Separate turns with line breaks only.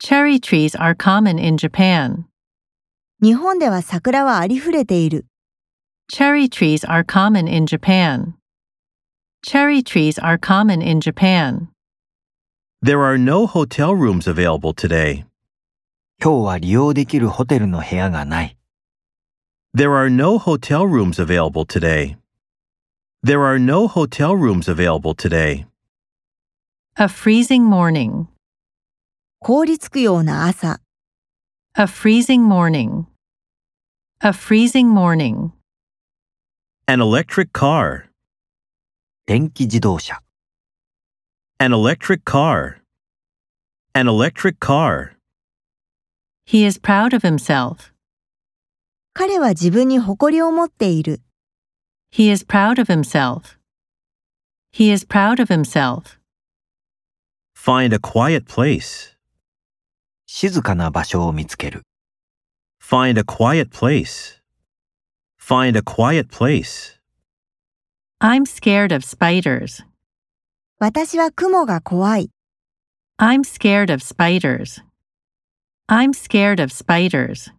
Cherry trees are common in Japan.
日本では桜はありふれている。
Cherry trees are common in Japan. Cherry trees are common in Japan.
There are no hotel rooms available today.
今日は利用できるホテルの部屋がない。
There are no hotel rooms available today. There are no hotel rooms available today.
A freezing morning.
凍りつくような朝。
A freezing morning. A freezing morning.
An electric car.
電気自動車。
An electric car. An electric car.
He is proud of himself.
彼は自分に誇りを持っている。
He is proud of himself. He is proud of himself.
Find a quiet place.
静かな場所を見つける。
Find a quiet place. Find a quiet place.
I'm scared of spiders.
私は雲が怖い。
I'm scared of spiders. I'm scared of spiders.